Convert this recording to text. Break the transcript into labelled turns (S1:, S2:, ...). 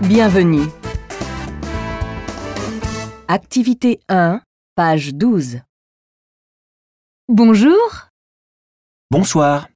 S1: Bienvenue. Activité 1, page 12.
S2: Bonjour,
S3: Bonsoir.